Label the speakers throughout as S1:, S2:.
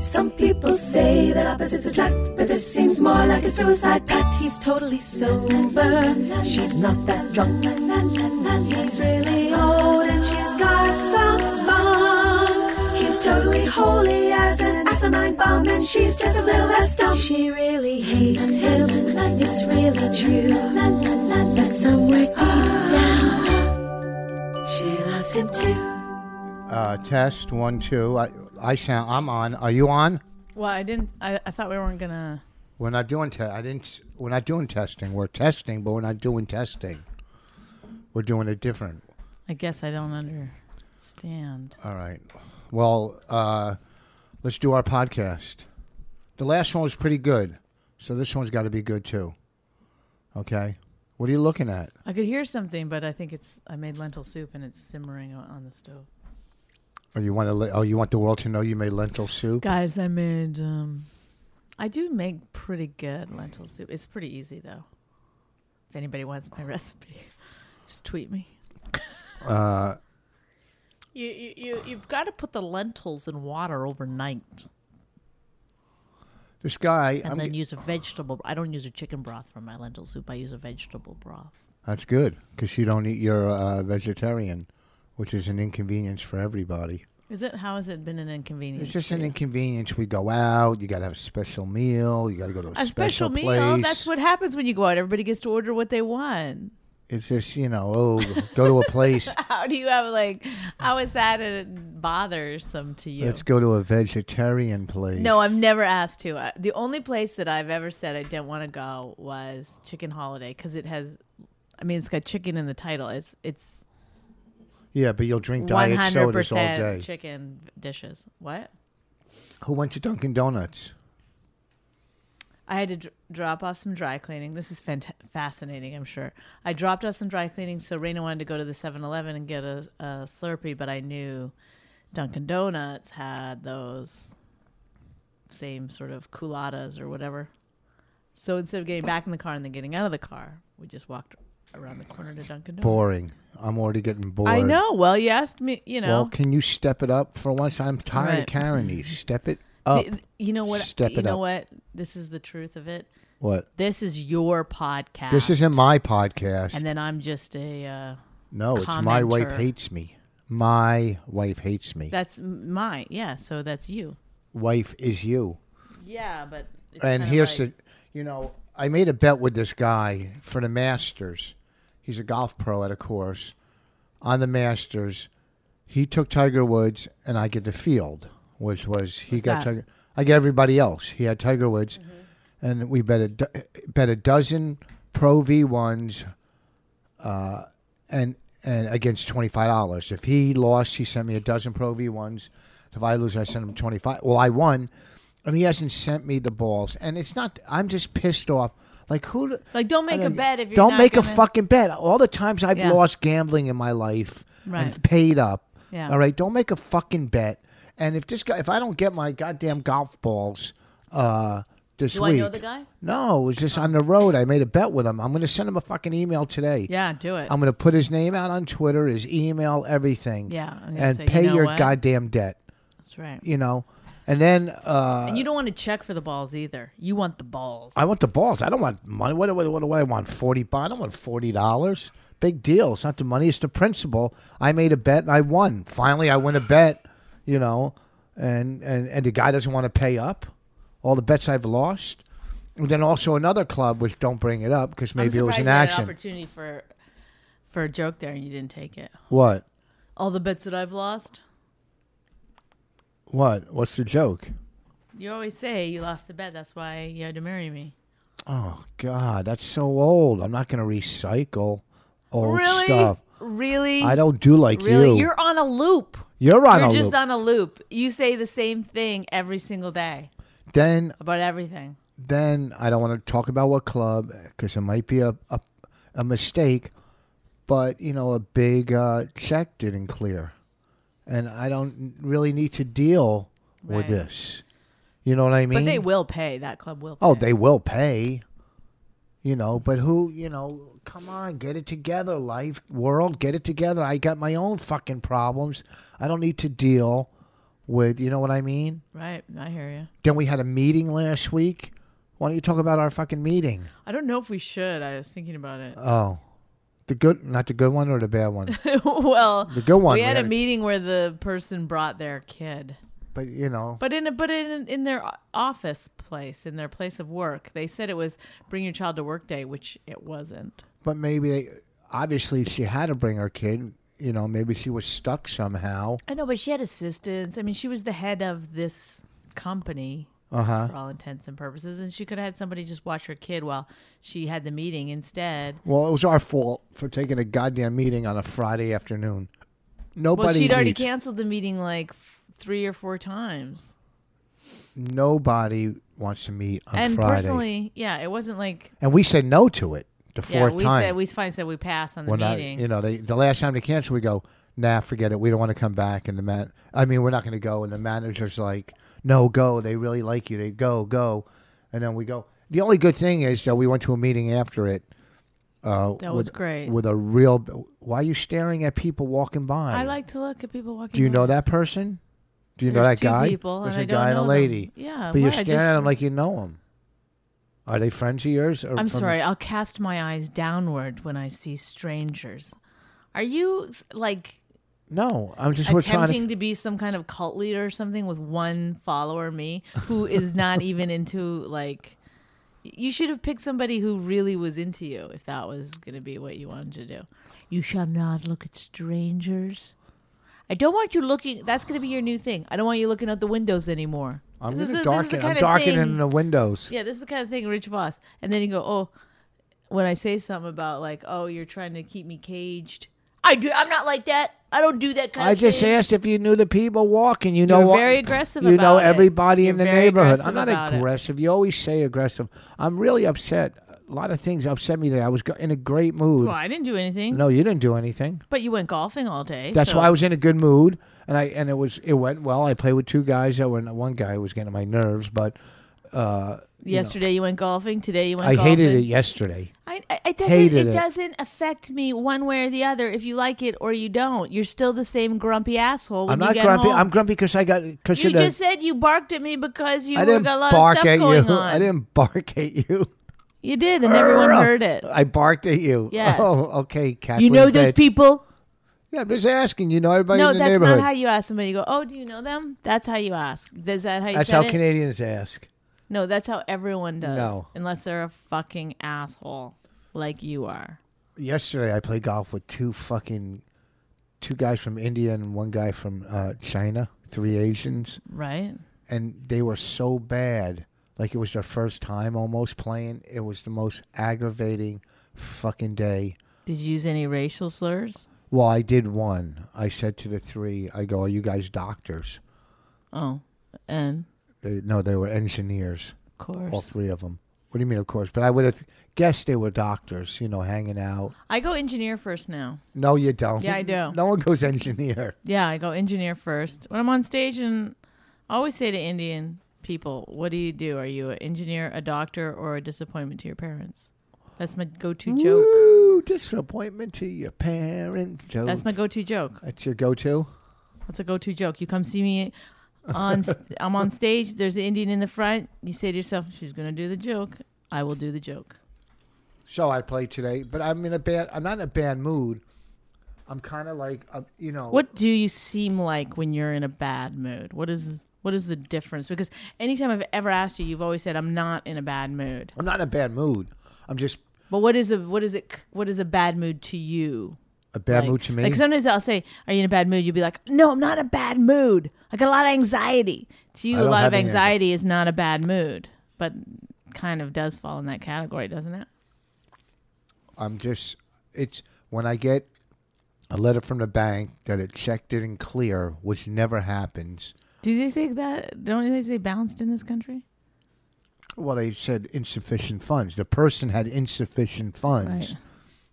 S1: Some people say that opposites attract, but this seems more like a suicide pact. He's totally sober, she's not that drunk. He's really old and she's got some spunk. He's totally holy as an asinine bomb, and she's just a little less dumb. She really hates him, it's really true. But somewhere deep down, she loves him too.
S2: Uh, test one two. I, I sound. I'm on. Are you on?
S3: Well, I didn't. I, I thought we weren't gonna.
S2: We're not doing. Te- I didn't. s- We're not doing testing. We're testing, but we're not doing testing. We're doing it different.
S3: I guess I don't understand.
S2: All right. Well, uh, let's do our podcast. The last one was pretty good, so this one's got to be good too. Okay. What are you looking at?
S3: I could hear something, but I think it's. I made lentil soup and it's simmering o- on the stove.
S2: Or you want to? Oh, you want the world to know you made lentil soup?
S3: Guys, I made. um I do make pretty good lentil soup. It's pretty easy though. If anybody wants my recipe, just tweet me.
S2: Uh,
S3: you, you, you you've got to put the lentils in water overnight,
S2: This guy.
S3: and
S2: I'm,
S3: then use a vegetable. I don't use a chicken broth for my lentil soup. I use a vegetable broth.
S2: that's good because you don't eat your uh, vegetarian, which is an inconvenience for everybody.
S3: Is it? How has it been an inconvenience?
S2: It's just
S3: to
S2: an
S3: you?
S2: inconvenience. We go out. You got to have a special meal. You got to go to a,
S3: a special, meal.
S2: place.
S3: That's what happens when you go out. Everybody gets to order what they want.
S2: It's just you know. Oh, go to a place.
S3: How do you have like? How is that a bothersome to you?
S2: Let's go to a vegetarian place.
S3: no, I've never asked to. I, the only place that I've ever said I didn't want to go was Chicken Holiday because it has. I mean, it's got chicken in the title. It's it's
S2: yeah, but you'll drink
S3: one
S2: diet
S3: hundred
S2: sodas all
S3: percent
S2: day.
S3: chicken dishes. What?
S2: Who went to Dunkin' Donuts?
S3: I had to dr- drop off some dry cleaning. This is fant- fascinating, I'm sure. I dropped off some dry cleaning, so Raina wanted to go to the 7 Eleven and get a, a Slurpee, but I knew Dunkin' Donuts had those same sort of culottes or whatever. So instead of getting back in the car and then getting out of the car, we just walked around the corner to Dunkin' Donuts.
S2: Boring. I'm already getting bored.
S3: I know. Well, you asked me, you
S2: Well,
S3: know.
S2: can you step it up for once? I'm tired of
S3: Right.
S2: carrying these. Step it up.
S3: Th- th- you know what?
S2: Step
S3: you
S2: it
S3: know
S2: up.
S3: what? This is the truth of it.
S2: What?
S3: This is your podcast.
S2: This isn't my podcast.
S3: And then I'm just a. Uh,
S2: no, it's my wife
S3: commenter.
S2: hates me. My wife hates me.
S3: That's m- my yeah. So that's you.
S2: wife is you.
S3: Yeah, but it's
S2: and here's the you know i made a bet with this guy for the masters he's a golf pro at a course on the masters he took tiger woods and i get the field which was he
S3: What's
S2: got
S3: that?
S2: tiger i get everybody else he had tiger woods
S3: Mm-hmm.
S2: and we bet a, do- bet a dozen pro v1s uh, and and against $25 if he lost he sent me a dozen pro v1s if i lose i sent him 25 well i won and he hasn't sent me the balls. And it's not. I'm just pissed off. Like who? the-
S3: Like, don't make
S2: I
S3: a bet if you're
S2: don't
S3: not
S2: make a
S3: gonna-
S2: fucking bet. All the times I've
S3: Yeah.
S2: lost gambling in my life and
S3: Right.
S2: paid up.
S3: Yeah.
S2: All right. Don't make a fucking bet. And if this guy, if I don't get my goddamn golf balls, uh, this
S3: Do I
S2: week.
S3: know the guy?
S2: No, it was just on the road. I made a bet with him. I'm going to send him a fucking email today.
S3: yeah. Do it.
S2: I'm going to put his name out on Twitter, his email, everything.
S3: Yeah, I'm gonna
S2: And
S3: say, you
S2: pay
S3: know
S2: your
S3: what?
S2: goddamn debt.
S3: that's right.
S2: You know. And then uh,
S3: and you don't want to check for the balls either. You want the balls.
S2: I want the balls. I don't want money. What, what, what do I want? Forty. bu- I don't want forty dollars. Big deal. It's not the money. It's the principle. I made a bet and I won. Finally, I win a bet. You know, and and and the guy doesn't want to pay up. All the bets I've lost. And then also another club, which don't bring it up because
S3: I'm
S2: maybe it was
S3: surprised
S2: an
S3: you had
S2: action.
S3: opportunity for for a joke there, and you didn't take it.
S2: what?
S3: All the bets that I've lost.
S2: What? What's the joke?
S3: You always say you lost a bet. That's why you had to marry me.
S2: Oh God, that's so old. I'm not going to recycle old
S3: really?
S2: stuff.
S3: Really?
S2: I don't do like
S3: Really?
S2: you.
S3: You're on a loop.
S2: You're on
S3: You're
S2: a
S3: just
S2: loop.
S3: on a loop. You say the same thing every single day
S2: then
S3: about everything.
S2: then I don't want to talk about what club because it might be a, a a mistake. but you know a big uh, check didn't clear, and I don't really need to deal with
S3: Right.
S2: this. You know what I mean?
S3: But they will pay. That club will. Pay.
S2: Oh, they will pay. You know, but who? You know, come on, get it together, life, world, get it together. I got my own fucking problems. I don't need to deal with. You know what I mean?
S3: Right. I hear you.
S2: Then we had a meeting last week. Why don't you talk about our fucking meeting?
S3: I don't know if we should. I was thinking about it.
S2: Oh, the good, not the good one or the bad one.
S3: well,
S2: The good one.
S3: we had a meeting where the person brought their kid,
S2: but you know,
S3: but in a, but in in their o- office place, in their place of work, they said it was bring your child to work day, which it wasn't.
S2: but maybe they, obviously she had to bring her kid. You know, maybe she was stuck somehow.
S3: I know, but she had assistants. I mean, she was the head of this company.
S2: Uh-huh.
S3: For all intents and purposes, and she could have had somebody just watch her kid while she had the meeting instead.
S2: Well, it was our fault for taking a goddamn meeting on a Friday afternoon. Nobody
S3: Well, she'd already
S2: needs-
S3: canceled the meeting like f- three or four times.
S2: nobody wants to meet on
S3: and
S2: Friday.
S3: personally, yeah, it wasn't like
S2: and we said no to it the
S3: yeah,
S2: fourth
S3: we
S2: time.
S3: said we finally said we passed on the
S2: when I,
S3: meeting.
S2: you know, they, the last time they canceled, we go, nah, forget it. We don't want to come back. And the man, I mean, we're not going to go. And the manager's like, no, go. They really like you. They go, go. And then we go. The only good thing is that we went to a meeting after it. Uh,
S3: That
S2: with,
S3: was great.
S2: With a real, why are you staring at people walking by?
S3: I like to look at people walking.
S2: Do you know
S3: by.
S2: that person? Do you know
S3: There's
S2: that
S3: two
S2: guy?
S3: people,
S2: There's a
S3: and I don't
S2: guy and a
S3: know them.
S2: lady.
S3: Yeah,
S2: but you're
S3: why? I
S2: staring
S3: just-
S2: at them like you know them. Are they friends of yours? Or
S3: I'm
S2: from-
S3: sorry. I'll cast my eyes downward when I see strangers. Are you like
S2: No, I'm just we're trying
S3: attempting
S2: to.
S3: to... be some kind of cult leader or something with one follower, me, who is not even into like? You should have picked somebody who really was into you if that was going to be what you wanted to do. You shall not look at strangers. I don't want you looking. That's going to be your new thing. I don't want you looking out the windows anymore.
S2: I'm
S3: This
S2: going
S3: is
S2: to
S3: the- this is
S2: darken.
S3: the
S2: I'm
S3: kind of
S2: darkening
S3: thing-
S2: the windows.
S3: yeah, this is the kind of thing, Rich Voss. And then you go, oh, when I say something about like, oh, you're trying to keep me caged. I do. I'm not like that. I don't do that kind
S2: I
S3: of
S2: just
S3: thing.
S2: asked if you knew the people walking. You know
S3: You're
S2: what?
S3: very aggressive
S2: You know
S3: about it.
S2: everybody in
S3: You're
S2: the
S3: very
S2: neighborhood. I'm
S3: aggressive
S2: not
S3: about it.
S2: aggressive. You always say aggressive. I'm really upset. A lot of things upset me today. I was go- in a great mood.
S3: Well, I didn't do anything.
S2: No, you didn't do anything.
S3: But you went golfing all day.
S2: That's
S3: so-
S2: why I was in a good mood, and I and it was it went well. I played with two guys. That were one guy was getting on my nerves, but uh,
S3: yesterday you went golfing. Today you went.
S2: I
S3: golfing.
S2: hated it yesterday.
S3: I, I it doesn't,
S2: Hated
S3: it
S2: it.
S3: doesn't affect me one way or the other if you like it or you don't. You're still the same grumpy asshole. When
S2: I'm
S3: you
S2: not
S3: get
S2: grumpy.
S3: home.
S2: I'm grumpy because I got because
S3: You
S2: of the,
S3: just said you barked at me because you
S2: I didn't
S3: got a lot
S2: bark
S3: of stuff
S2: at
S3: going
S2: you.
S3: on.
S2: I didn't bark at you.
S3: You did, and everyone heard it.
S2: I barked at you.
S3: Yes.
S2: Oh, okay, Kathleen.
S3: You know those
S2: bitch.
S3: people?
S2: Yeah, I'm just asking. You know everybody
S3: no,
S2: in the
S3: that's
S2: neighborhood.
S3: not how you ask somebody. You go, oh, do you know them? That's how you ask. Is that how you
S2: that's
S3: said
S2: how
S3: it?
S2: Canadians ask.
S3: no, that's how everyone does.
S2: No.
S3: Unless they're a fucking asshole like you are.
S2: Yesterday, I played golf with two fucking two guys from India and one guy from uh, China. Three Asians.
S3: Right?
S2: and they were so bad. Like it was their first time almost playing. It was the most aggravating fucking day.
S3: Did you use any racial slurs?
S2: Well, I did one. I said to the three, I go, Are you guys doctors?
S3: Oh, and
S2: They, no, they were engineers,
S3: of course.
S2: all three of them. What do you mean, of course? But I would have guessed they were doctors, you know, hanging out.
S3: I go engineer first now.
S2: No, you don't.
S3: Yeah, I do.
S2: No one goes engineer.
S3: Yeah, I go engineer first. When I'm on stage, and I always say to Indian people, what do you do? Are you an engineer, a doctor, or a disappointment to your parents? That's my go to joke.
S2: Woo, disappointment to your parent. Joke.
S3: That's my go-to joke.
S2: That's your go to?
S3: That's a go-to joke. You come see me on st- I'm on stage, there's an Indian in the front. You say to yourself, she's going to do the joke. I will do the joke.
S2: So I played today, but I'm in a bad. I'm not in a bad mood. I'm kind of like, uh, you know,
S3: What do you seem like when you're in a bad mood? What is what is the difference? Because anytime I've ever asked you, you've always said I'm not in a bad mood.
S2: I'm not in a bad mood. I'm just
S3: But what is a what is it what is a bad mood to you?
S2: a bad
S3: Like-
S2: mood to me.
S3: Like sometimes I'll say, "Are you in a bad mood?" You'll be like, "No, I'm not in a bad mood. I got a lot of anxiety." To you,
S2: I
S3: a
S2: don't
S3: lot
S2: have
S3: of
S2: any
S3: anxiety is not a bad mood, but kind of does fall in that category, doesn't it?
S2: I'm just. It's when I get a letter from the bank that a check didn't clear, which never happens.
S3: Do they say that? Don't they say bounced in this country?
S2: Well, they said insufficient funds. The person had insufficient funds,
S3: Right.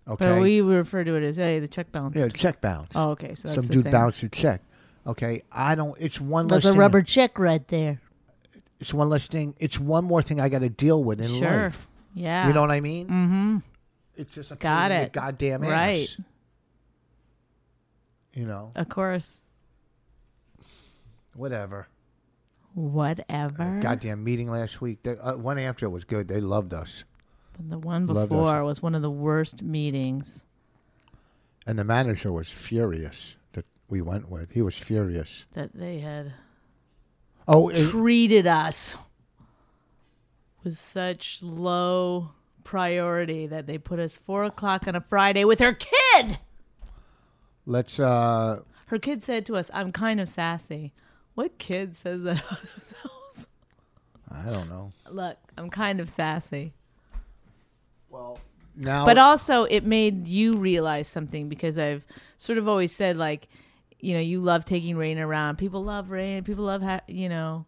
S2: Okay.
S3: But we refer to it as hey, the check bounce.
S2: yeah, check bounce.
S3: Oh, okay. So that's
S2: Some
S3: the
S2: dude
S3: same.
S2: bounced a check. Okay, I don't. It's one less.
S3: That's a
S2: thing-
S3: rubber check right there.
S2: It's one less thing. It's one more thing I got to deal with in
S3: Sure.
S2: life.
S3: Yeah. Mm.
S2: You know what I mean? Mm-hmm. It's just a pain
S3: Got
S2: in the
S3: it.
S2: goddamn ass.
S3: Right.
S2: You know,
S3: Of course.
S2: whatever.
S3: Whatever.
S2: Goddamn meeting last week. They, uh, one after was good. They loved us,
S3: But the one
S2: Loved us.
S3: before was one of the worst meetings.
S2: and the manager was furious that we went with. He was furious.
S3: that they had
S2: Oh, it-
S3: treated us with such low priority that they put us four o'clock on a Friday with her kid.
S2: let's. uh
S3: Her kid said to us, I'm kind of sassy. What kid says that of themselves?
S2: I don't know.
S3: Look, I'm kind of sassy.
S2: Well, now.
S3: But also, it made you realize something because I've sort of always said, like, you know, you love taking rain around. People love rain. People love, ha- you know.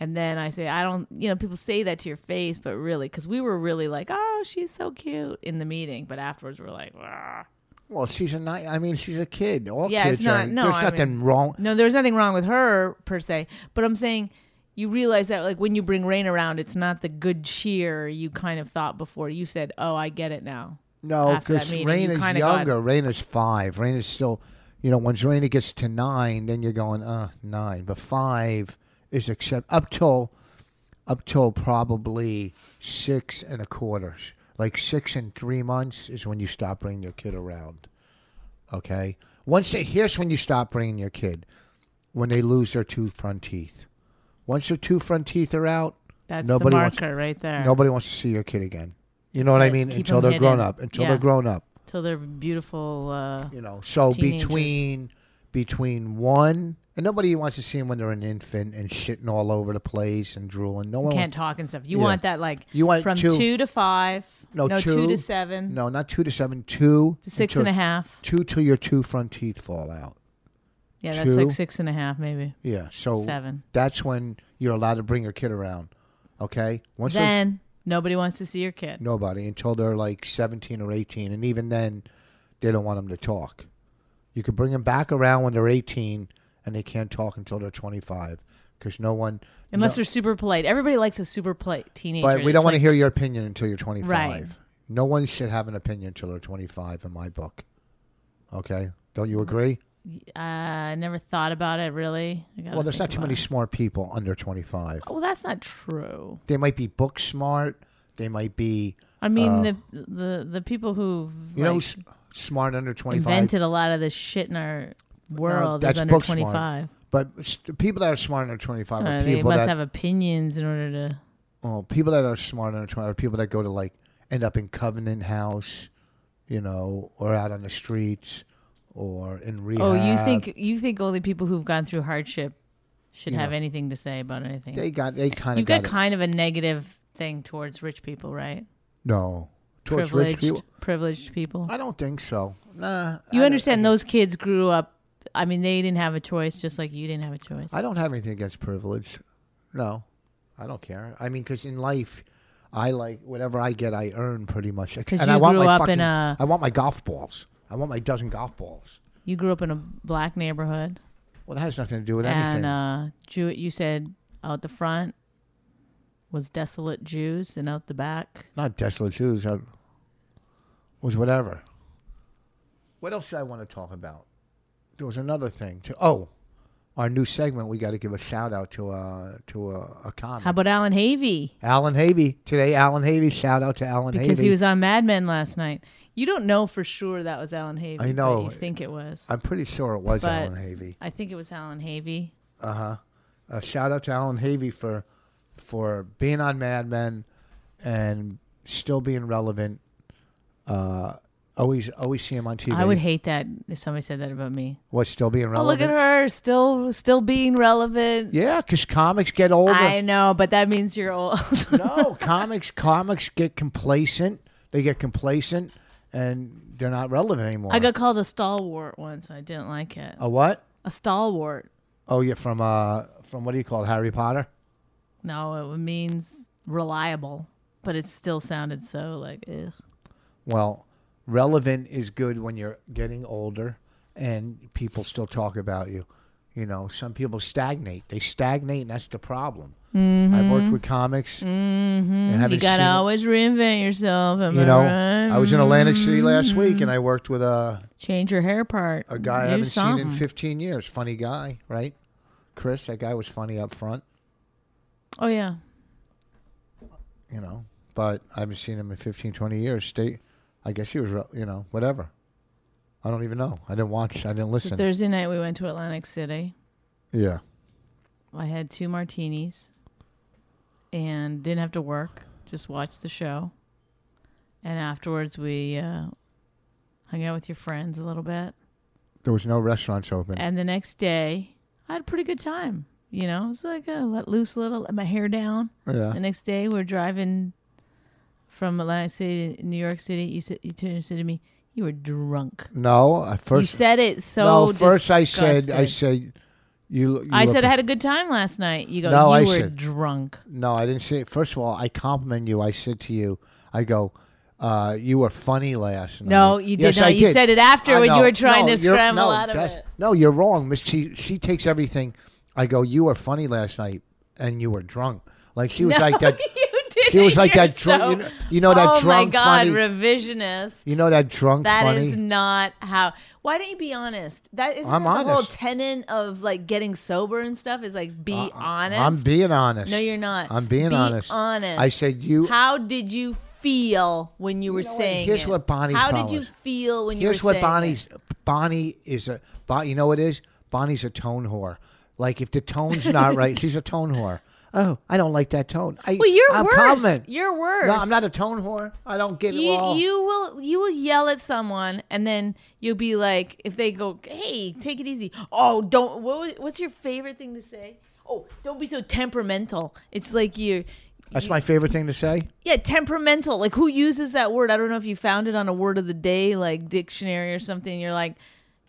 S3: And then I say, I don't, you know, people say that to your face, but really, because we were really like, oh, she's so cute in the meeting. But afterwards, we're like, "Ugh."
S2: well, she's a night. I mean, she's a kid. All
S3: yeah,
S2: kids
S3: it's not,
S2: are.
S3: no,
S2: there's
S3: I
S2: nothing
S3: mean-
S2: wrong.
S3: No, there's nothing wrong with her per se. But I'm saying, you realize that, like, when you bring rain around, it's not the good cheer you kind of thought before. You said, oh, I get it now.
S2: No,
S3: after that
S2: because
S3: meeting. You
S2: Raina's
S3: kinda got-
S2: younger. Raina's five. Raina's still, you know, once Raina gets to nine, then you're going, uh, nine. But five is accept up till, up till probably six and a quarter. Like six and three months is when you stop bringing your kid around. Okay. Once they here's when you stop bringing your kid, when they lose their two front teeth. Once their two front teeth are out,
S3: That's
S2: nobody
S3: the
S2: wants
S3: marker right there.
S2: nobody wants to see your kid again. You know what I
S3: it.
S2: mean?
S3: Keep
S2: until
S3: 'em
S2: they're grown
S3: hidden.
S2: up. Until
S3: Yeah.
S2: they're grown up
S3: till they're beautiful. Uh,
S2: you know so
S3: Teenagers.
S2: between between one and nobody wants to see them when they're an infant and shitting all over the place and drooling no one
S3: can't talk and stuff. You
S2: Yeah.
S3: want that like
S2: You want
S3: from
S2: two-
S3: to five.
S2: no,
S3: two, to seven.
S2: no not two to seven two
S3: to six
S2: until-
S3: and a half.
S2: two till your two front teeth fall out
S3: Yeah, that's
S2: two.
S3: like six and a half maybe.
S2: yeah so
S3: Seven.
S2: that's when you're allowed to bring your kid around okay once they're-
S3: then nobody wants to see your kid.
S2: nobody until they're like 17 or 18 and even then they don't want them to talk you could bring them back around when they're 18 and they can't talk until they're 25 because no one
S3: Unless
S2: no-
S3: they're super polite. Everybody likes a super polite teenager.
S2: But we
S3: It's
S2: don't want to
S3: like-
S2: hear your opinion until you're 25.
S3: Right.
S2: No one should have an opinion until they're 25 in my book. Okay? Don't you agree?
S3: Uh, I never thought about it really. I gotta
S2: Well, there's not
S3: think
S2: too
S3: about
S2: many
S3: it. Oh,
S2: smart people under 25.
S3: Well, that's not true.
S2: They might be book smart. They might be,
S3: I mean,
S2: Uh,
S3: the the the people who
S2: you know,
S3: like,
S2: s- smart under 25.
S3: invented a lot of this shit in our world
S2: that's
S3: is under
S2: book smart.
S3: twenty five.
S2: But s- people that are smart under 25
S3: Uh,
S2: are
S3: they
S2: people
S3: must
S2: that,
S3: have opinions in order to.
S2: oh, people that are smart under 25 are people that go to like end up in Covenant House, you know, or out on the streets or in rehab.
S3: Oh, you think you think only people who've gone through hardship should
S2: You
S3: have
S2: know.
S3: anything to say about anything?
S2: they got they kind of
S3: You've got,
S2: got it.
S3: kind of a negative thing towards rich people, right?
S2: No. Towards rich
S3: privileged,
S2: people?
S3: privileged people.
S2: I don't think so. Nah.
S3: you
S2: I
S3: understand
S2: don't,
S3: those kids grew up. I mean, they didn't have a choice, just like you didn't have a choice.
S2: I don't have anything against privilege. No, I don't care. I mean, because in life, I like whatever I get, I earn pretty much. Because
S3: you
S2: I want
S3: grew
S2: my
S3: up in
S2: fucking,
S3: a-
S2: I want my golf balls. I want my dozen golf balls.
S3: you grew up in a black neighborhood,
S2: Well, that has nothing to do with anything.
S3: and uh, Jew. You said out the front was desolate Jews, and out the back
S2: Not desolate Jews. I, was whatever. What else did I want to talk about? There was another thing. To, oh, our new segment. We got to give a shout out to uh to a, a comic.
S3: How about Alan Havey?
S2: Alan Havey today. Alan Havey. Shout out to Alan
S3: Because
S2: Havey.
S3: he was on Mad Men last night. You don't know for sure that was Alan Havey.
S2: I
S3: but
S2: know.
S3: you think it was. i
S2: I'm pretty sure it was
S3: But-
S2: Alan Havey.
S3: think it was Alan Havey.
S2: Uh, shout out to Alan Havey for for being on Mad Men and still being relevant. Uh, always always see him on TV.
S3: I would hate that if somebody said that about me.
S2: what still being
S3: Oh, look
S2: relevant?
S3: at her, still still being relevant.
S2: Yeah, because comics get older.
S3: I know, but that means you're old.
S2: no, comics comics get complacent. They get complacent and they're not relevant anymore.
S3: I got called a stalwart once. and I didn't like it.
S2: a what?
S3: A stalwart.
S2: Oh, yeah, from uh from what do you call it? Harry Potter.
S3: No, it means reliable, but it still sounded so like ugh.
S2: Well, relevant is good when you're getting older and people still talk about you. You know, some people stagnate. They stagnate, and that's the problem. I've worked with comics, and
S3: Mm-hmm. You
S2: haven't
S3: gotta
S2: seen-
S3: always reinvent yourself. Am
S2: you
S3: I
S2: know,
S3: right?
S2: I was in Atlantic City last week, and I worked with uh, a
S3: Change your hair part.
S2: a guy I
S3: Do
S2: haven't
S3: something.
S2: seen in 15 years. Funny guy, right? Chris, that guy was funny up front,
S3: Oh yeah.
S2: you know, but I haven't seen him in 15, 20 years. Stay, I guess he was, re- you know, whatever. I don't even know. I didn't watch. I didn't
S3: So
S2: listen.
S3: Thursday night we went to Atlantic City.
S2: yeah.
S3: I had two martinis and didn't have to work, just watched the show. And afterwards, we uh, hung out with your friends a little bit.
S2: There was no restaurants open.
S3: And the next day, I had a pretty good time. You know, it was like I let loose a little, let my hair down.
S2: yeah.
S3: The next day, we're driving from Atlantic City to New York City. You said, you turned and said to me, you were drunk.
S2: No, I first
S3: you said it so.
S2: no. First, I said, I
S3: disgusted.
S2: said, you. you
S3: I
S2: look-
S3: said I had a good time last night. You go,
S2: No,
S3: you
S2: I
S3: were
S2: said-
S3: drunk.
S2: No, I didn't say. First of all, I compliment you. I said to you, I go, uh, you were funny last night.
S3: No, you did
S2: Yes,
S3: not.
S2: I
S3: You said it after
S2: I
S3: when you
S2: know.
S3: were trying
S2: No,
S3: to
S2: you're-
S3: scramble
S2: no,
S3: out of
S2: that's-
S3: it.
S2: No, you're wrong, Miss. She, she takes everything. I go, you were funny last night, and you were drunk. Like she was like that.
S3: you did.
S2: She was like that drunk. You know, you know that
S3: oh
S2: drunk
S3: my god,
S2: funny.
S3: revisionist.
S2: you know that drunk
S3: That is
S2: funny.
S3: not how. Why don't you be honest? That isn't
S2: I'm
S3: that the whole
S2: honest. Uh,
S3: tenet of like getting sober and stuff. Is like be honest.
S2: I'm being honest.
S3: No, you're not.
S2: I'm being
S3: Be
S2: honest.
S3: honest.
S2: I said you.
S3: How did you feel when you were
S2: know what?
S3: saying?
S2: Here's
S3: it?
S2: what Bonnie's
S3: How did
S2: problem
S3: you
S2: is.
S3: feel when you were
S2: Here's what
S3: saying
S2: Bonnie's.
S3: it?
S2: Bonnie is a. Bon, you know what it is? Bonnie's a tone whore. Like if the tone's not right, she's a tone whore. Oh, I don't like that tone. I,
S3: Well, you're
S2: I'm
S3: worse.
S2: Compliment.
S3: You're worse.
S2: No, I'm not a tone whore. I don't get it
S3: You,
S2: all.
S3: you will you will yell at someone and then you'll be like if they go hey take it easy oh don't what, was- what's your favorite thing to say oh don't be so temperamental it's like you
S2: That's my favorite thing to say.
S3: yeah temperamental like who uses that word I don't know if you found it on a word of the day like dictionary or something you're like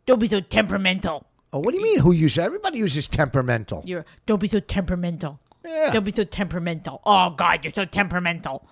S3: don't be so temperamental
S2: Oh, what do you mean? Who uses? Everybody uses temperamental.
S3: you're don't be so temperamental
S2: Yeah.
S3: don't be so temperamental oh god you're so temperamental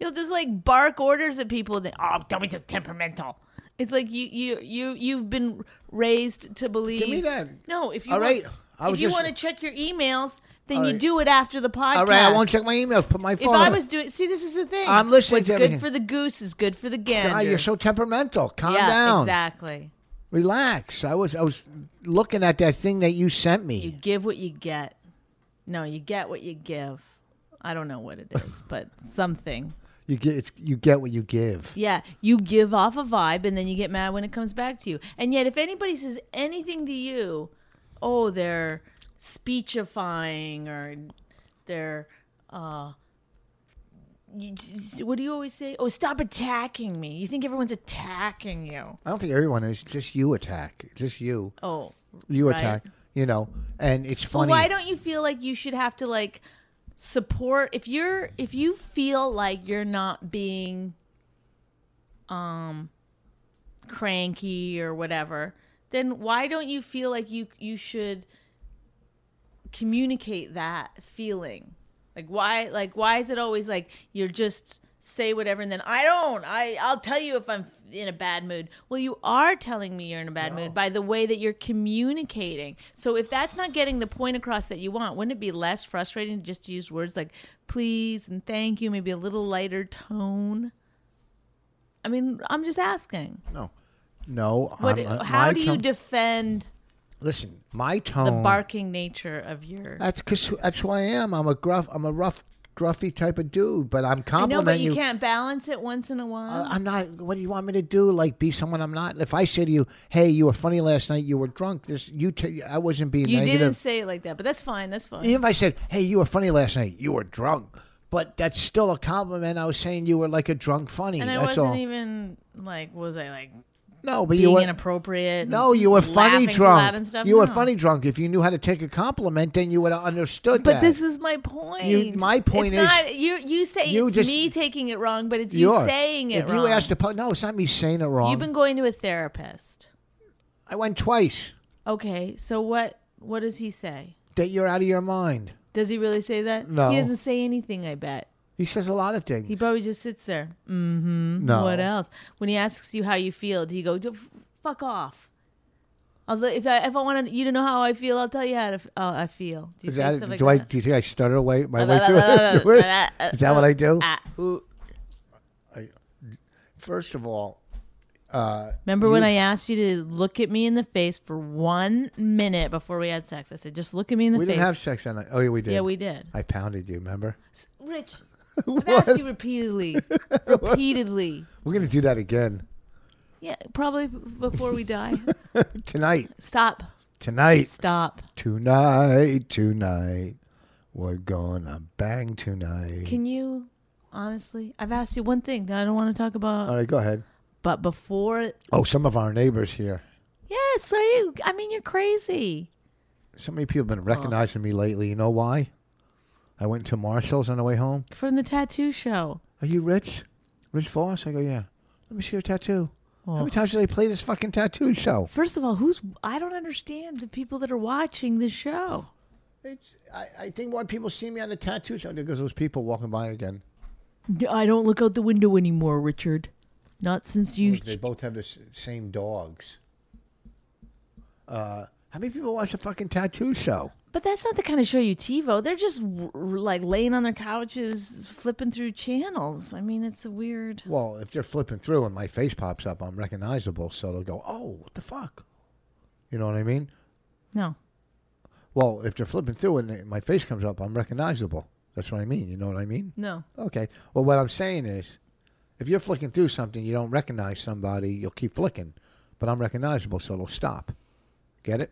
S3: you'll just like bark orders at people that oh don't be so temperamental it's like you you you you've been raised to believe
S2: Give me that.
S3: no if you
S2: All
S3: want,
S2: right. I
S3: if
S2: was
S3: you
S2: just-
S3: want to check your emails then
S2: All
S3: you
S2: right.
S3: do it after the podcast
S2: All right, I won't check my emails. Put my
S3: if
S2: phone.
S3: I
S2: on.
S3: was doing, see, this is the thing.
S2: I'm listening
S3: What's
S2: to
S3: good
S2: everything.
S3: for the goose is good for the gander.
S2: Ah, you're so temperamental. Calm
S3: yeah,
S2: down.
S3: exactly.
S2: Relax. I was. I was looking at that thing that you sent me.
S3: You give what you get. No, you get what you give. I don't know what it is, but something.
S2: You get it's, you get what you give.
S3: Yeah, you give off a vibe and then you get mad when it comes back to you. And yet, if anybody says anything to you, oh, they're speechifying or they're, uh, you, what do you always say? Oh, stop attacking me. You think everyone's attacking you.
S2: I don't think everyone is. Just you attack. Just you.
S3: Oh,
S2: You
S3: Right.
S2: attack. You know, and it's
S3: Well,
S2: funny.
S3: why don't you feel like you should have to like support if you're if you feel like you're not being um cranky or whatever, then why don't you feel like you you should communicate that feeling? Like why like why is it always like you're just say whatever and then I don't I I'll tell you if I'm in a bad mood. Well, you are telling me you're in a bad mood by the way that you're communicating. So if that's not getting the point across that you want, wouldn't it be less frustrating to just use words like please and thank you, maybe a little lighter tone? I mean, I'm just asking.
S2: no, no.
S3: What,
S2: I'm- uh,
S3: how
S2: my
S3: do you
S2: tone- Oh.
S3: defend
S2: listen? My
S3: the
S2: tone.
S3: barking nature of your?
S2: That's cause that's who I am. I'm a gruff. I'm a rough, gruffy type of dude. But I'm
S3: I know,
S2: complimenting
S3: but you, can't balance it once in a while.
S2: I- Uh, I'm not. What do you want me to do? Like be someone I'm not. If I say to you, "Hey, you were funny last night. You were drunk." This you. T- I wasn't being
S3: you
S2: negative.
S3: didn't say it like that, but that's fine. That's fine.
S2: Even if I said, "Hey, you were funny last night. You were drunk," but that's still a compliment. I was saying you were like a drunk funny.
S3: and I
S2: that's
S3: wasn't
S2: all.
S3: even like, was I like
S2: no, but you
S3: being
S2: were
S3: inappropriate? and
S2: no, you were funny
S3: laughing too
S2: drunk.
S3: loud and stuff?
S2: You were
S3: No.
S2: funny drunk. If you knew how to take a compliment, then you would have understood.
S3: But
S2: that.
S3: this is my point.
S2: You- my point
S3: it's
S2: is-
S3: not, you. You say
S2: You
S3: it's
S2: just-
S3: me taking it wrong, but it's you
S2: You're-
S3: saying it
S2: If
S3: wrong.
S2: you asked a po- no, it's not me saying it wrong.
S3: You've been going to a therapist.
S2: I went twice.
S3: Okay, so what? What does he say?
S2: That you're out of your mind.
S3: Does he really say that?
S2: No.
S3: He doesn't say anything, I bet.
S2: He says a lot of things.
S3: He probably just sits there. Mm-hmm.
S2: No.
S3: What else? When he asks you how you feel, do you go, "D- f- fuck off? I was like, if I, if I want you to know how I feel, I'll tell you how, to, f- how I feel. Do you
S2: Is
S3: say
S2: that-
S3: stuff like
S2: do I
S3: that?
S2: do you think I stutter away my way through, through it? Is that what I do?
S3: Ah, ooh.
S2: First of all,
S3: Remember when I asked you to look at me in the face for one minute before we had sex? I said, just look at me in the
S2: we
S3: face.
S2: didn't have sex on that. Oh yeah, we did.
S3: yeah, we did.
S2: I pounded you. Remember?
S3: S- Rich, I've asked you repeatedly. repeatedly.
S2: We're gonna do that again
S3: Yeah, probably b- before we die.
S2: tonight.
S3: Stop.
S2: Tonight.
S3: Stop.
S2: Tonight. Tonight. We're gonna bang tonight.
S3: Can you honestly? I've asked you one thing that I don't want to talk about,
S2: all right, go ahead.
S3: but before,
S2: Oh, some of our neighbors here.
S3: yes, are you? I mean, you're crazy.
S2: So many people have been
S3: Oh.
S2: recognizing me lately. You know why? I went to Marshall's on the way home.
S3: From the tattoo show,
S2: Are you Rich? Rich Voss? I go, yeah. Let me see your tattoo. How many times do they play this fucking tattoo show?
S3: first of all, who's? I don't understand the people that are watching the show.
S2: It's, I, I think when people see me on the tattoo show, there goes those people walking by again.
S3: I don't look out the window anymore, Richard. Not since you.
S2: They both have the s- same dogs. Uh, how many people watch the fucking tattoo show?
S3: But that's not the kind of show you TiVo. They're just r- r- like laying on their couches, flipping through channels. I mean, it's a weird.
S2: Well, if they're flipping through and my face pops up, I'm recognizable. So they'll go, oh, what the fuck? You know what I mean?
S3: No,
S2: Well, if they're flipping through and they- my face comes up, I'm recognizable. That's what I mean. You know what I mean?
S3: no.
S2: Okay. Well, what I'm saying is, if you're flicking through something, you don't recognize somebody, you'll keep flicking. But I'm recognizable, so it'll stop. Get it?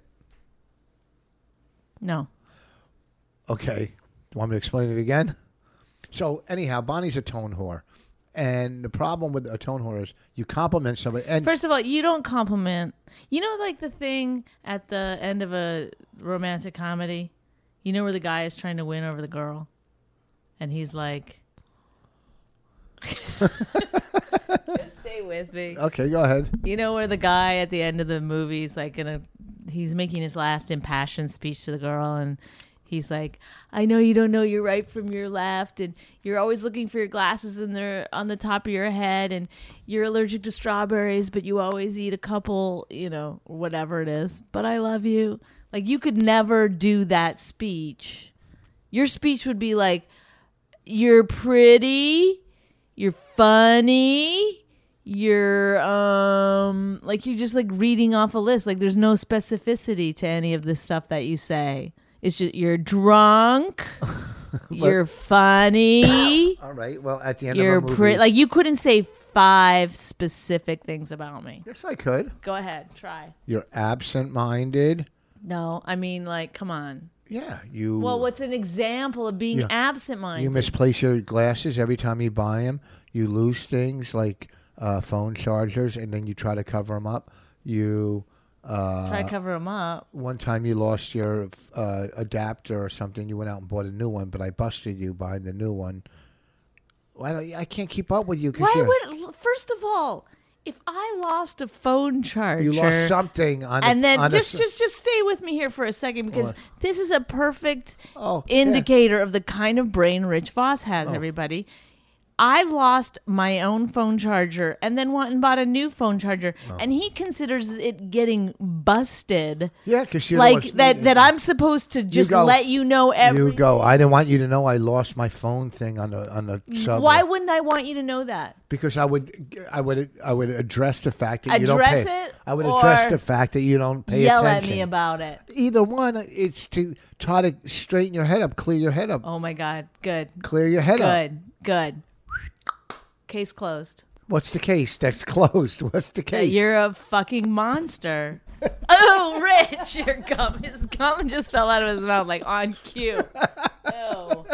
S3: No.
S2: Okay. Want me to explain it again? So, anyhow, Bonnie's a tone whore. And the problem with a tone whore is you compliment somebody. And
S3: First of all, you don't compliment. You know, like the thing at the end of a romantic comedy, you know, where the guy is trying to win over the girl, and he's like, Just "Stay with me."
S2: okay, go ahead.
S3: You know, where the guy at the end of the movie is like gonna, he's making his last impassioned speech to the girl, and he's like, "I know you don't know your right from your left, and you're always looking for your glasses and they're on the top of your head, and you're allergic to strawberries, but you always eat a couple, you know, whatever it is. But I love you. Like you could never do that speech. Your speech would be like, "You're pretty." you're funny you're um like you're just like reading off a list like there's no specificity to any of the stuff that you say it's just you're drunk you're funny
S2: All right. Well, at the end
S3: you're
S2: of a movie.
S3: pretty like you couldn't say five specific things about me
S2: yes, I could.
S3: go ahead try
S2: You're absent minded.
S3: no i mean like come on
S2: Yeah. You.
S3: well what's an example of being
S2: Yeah.
S3: absent-minded
S2: You misplace your glasses every time you buy them. You lose things like uh, phone chargers, and then you try to cover them up. You uh,
S3: try to cover them up
S2: one time you lost your uh, adapter or something. You went out and bought a new one, but I busted you buying the new one. Why don't you- I can't keep up with you because
S3: Why
S2: you
S3: would first of all, if I lost a phone charger,
S2: you lost something on
S3: and
S2: the,
S3: then
S2: on the
S3: just
S2: s-
S3: just just stay with me here for a second because
S2: What?
S3: this is a perfect
S2: Oh, yeah. Oh.
S3: indicator of the kind of brain Rich Voss has. Everybody. I lost my own phone charger and then went and bought a new phone charger,
S2: Oh.
S3: and he considers it getting busted.
S2: yeah because you
S3: Like that, that I'm supposed to just
S2: go-
S3: let you know every.
S2: you go. I didn't want you to know I lost my phone thing on the on the subway.
S3: Why wouldn't I want you to know that?
S2: Because I would, I would, I would address the fact that you don't
S3: Address
S2: pay.
S3: it
S2: I would address
S3: or
S2: the fact that you don't pay
S3: Yell
S2: attention.
S3: at me about it.
S2: Either one, it's to try to straighten your head up, clear your head up,
S3: Oh my God! Good.
S2: clear your head up.
S3: Good, good. Case closed.
S2: What's the case? That's closed. What's the
S3: That
S2: case?
S3: You're a fucking monster. oh, Rich, your gum, his gum just fell out of his mouth like on cue. Oh,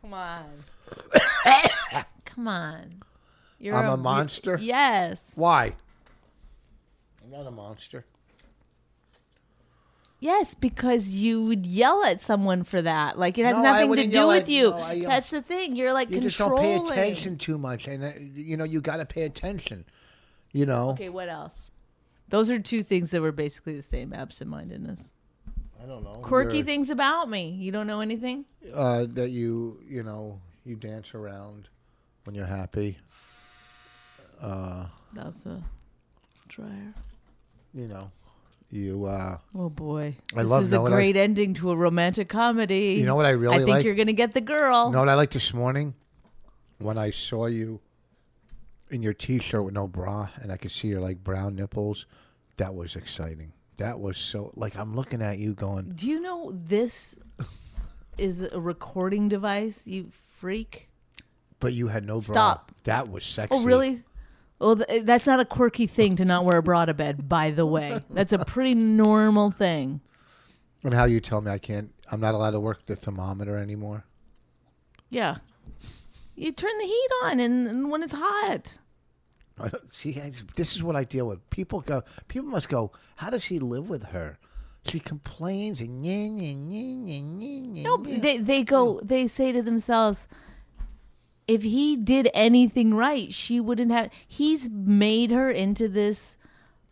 S3: come on, come on. You're
S2: I'm a monster?
S3: Yes,
S2: Why? I'm not a monster.
S3: yes, because you would yell at someone for that. Like it has
S2: No, I
S3: nothing to
S2: wouldn't
S3: do
S2: yell
S3: with
S2: at-
S3: you.
S2: no, I yell.
S3: That's the thing. You're like
S2: You just don't
S3: controlling.
S2: pay attention too much, and uh, you know you got to pay attention. You know,
S3: Okay, what else? Those are two things that were basically the same: absent-mindedness.
S2: I don't know
S3: quirky
S2: You're-
S3: things about me. You don't know anything?
S2: uh, that you you know You dance around when you're happy. Uh,
S3: That was the dryer.
S2: you know, you. Uh,
S3: Oh boy,
S2: I
S3: this
S2: love-
S3: is
S2: know
S3: a
S2: what I-
S3: great ending to a romantic comedy.
S2: You know what I really
S3: I think
S2: like?
S3: you're gonna get the girl.
S2: you know what I like this morning? When I saw you in your T-shirt with no bra, and I could see your like brown nipples. That was exciting. That was so like I'm looking at you going.
S3: Do you know this is a recording device? You freak.
S2: But you had no bra.
S3: Stop.
S2: That was sexy.
S3: Oh really? Oh, th- that's not a quirky thing to not wear a bra to bed. By the way, that's a pretty normal thing.
S2: And how you tell me I can't? I'm not allowed to work the thermometer anymore.
S3: Yeah. You turn the heat on, and, and when it's hot,
S2: I don't, see, I, this is what I deal with. People go. People must go. How does he live with her? She complains and yeah, yeah, yeah, yeah, yeah,
S3: No,
S2: yeah.
S3: they they go. They say to themselves, if he did anything right, she wouldn't have. He's made her into this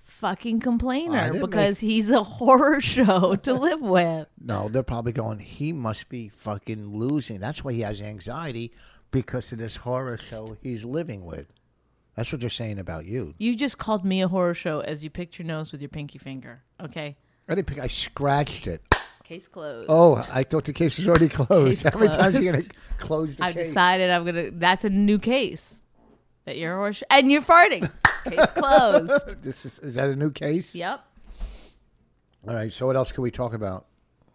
S3: fucking
S2: I
S3: complainer
S2: didn't
S3: because he's a horror show to live with.
S2: No, they're probably going. He must be fucking losing. That's why he has anxiety because of this horror show he's living with. That's what they're saying about you.
S3: You just called me a horror show as you picked your nose with your pinky finger. Okay,
S2: I didn't pick. I scratched it.
S3: case closed.
S2: Oh, I thought the case was already closed.
S3: Case
S2: How many times are you gonna
S3: closed.
S2: close the
S3: I've
S2: case?
S3: decided I'm gonna. That's a new case. That you're a horror show, and you're farting. case closed.
S2: This is, is that a new case?
S3: Yep.
S2: All right. So what else can we talk about?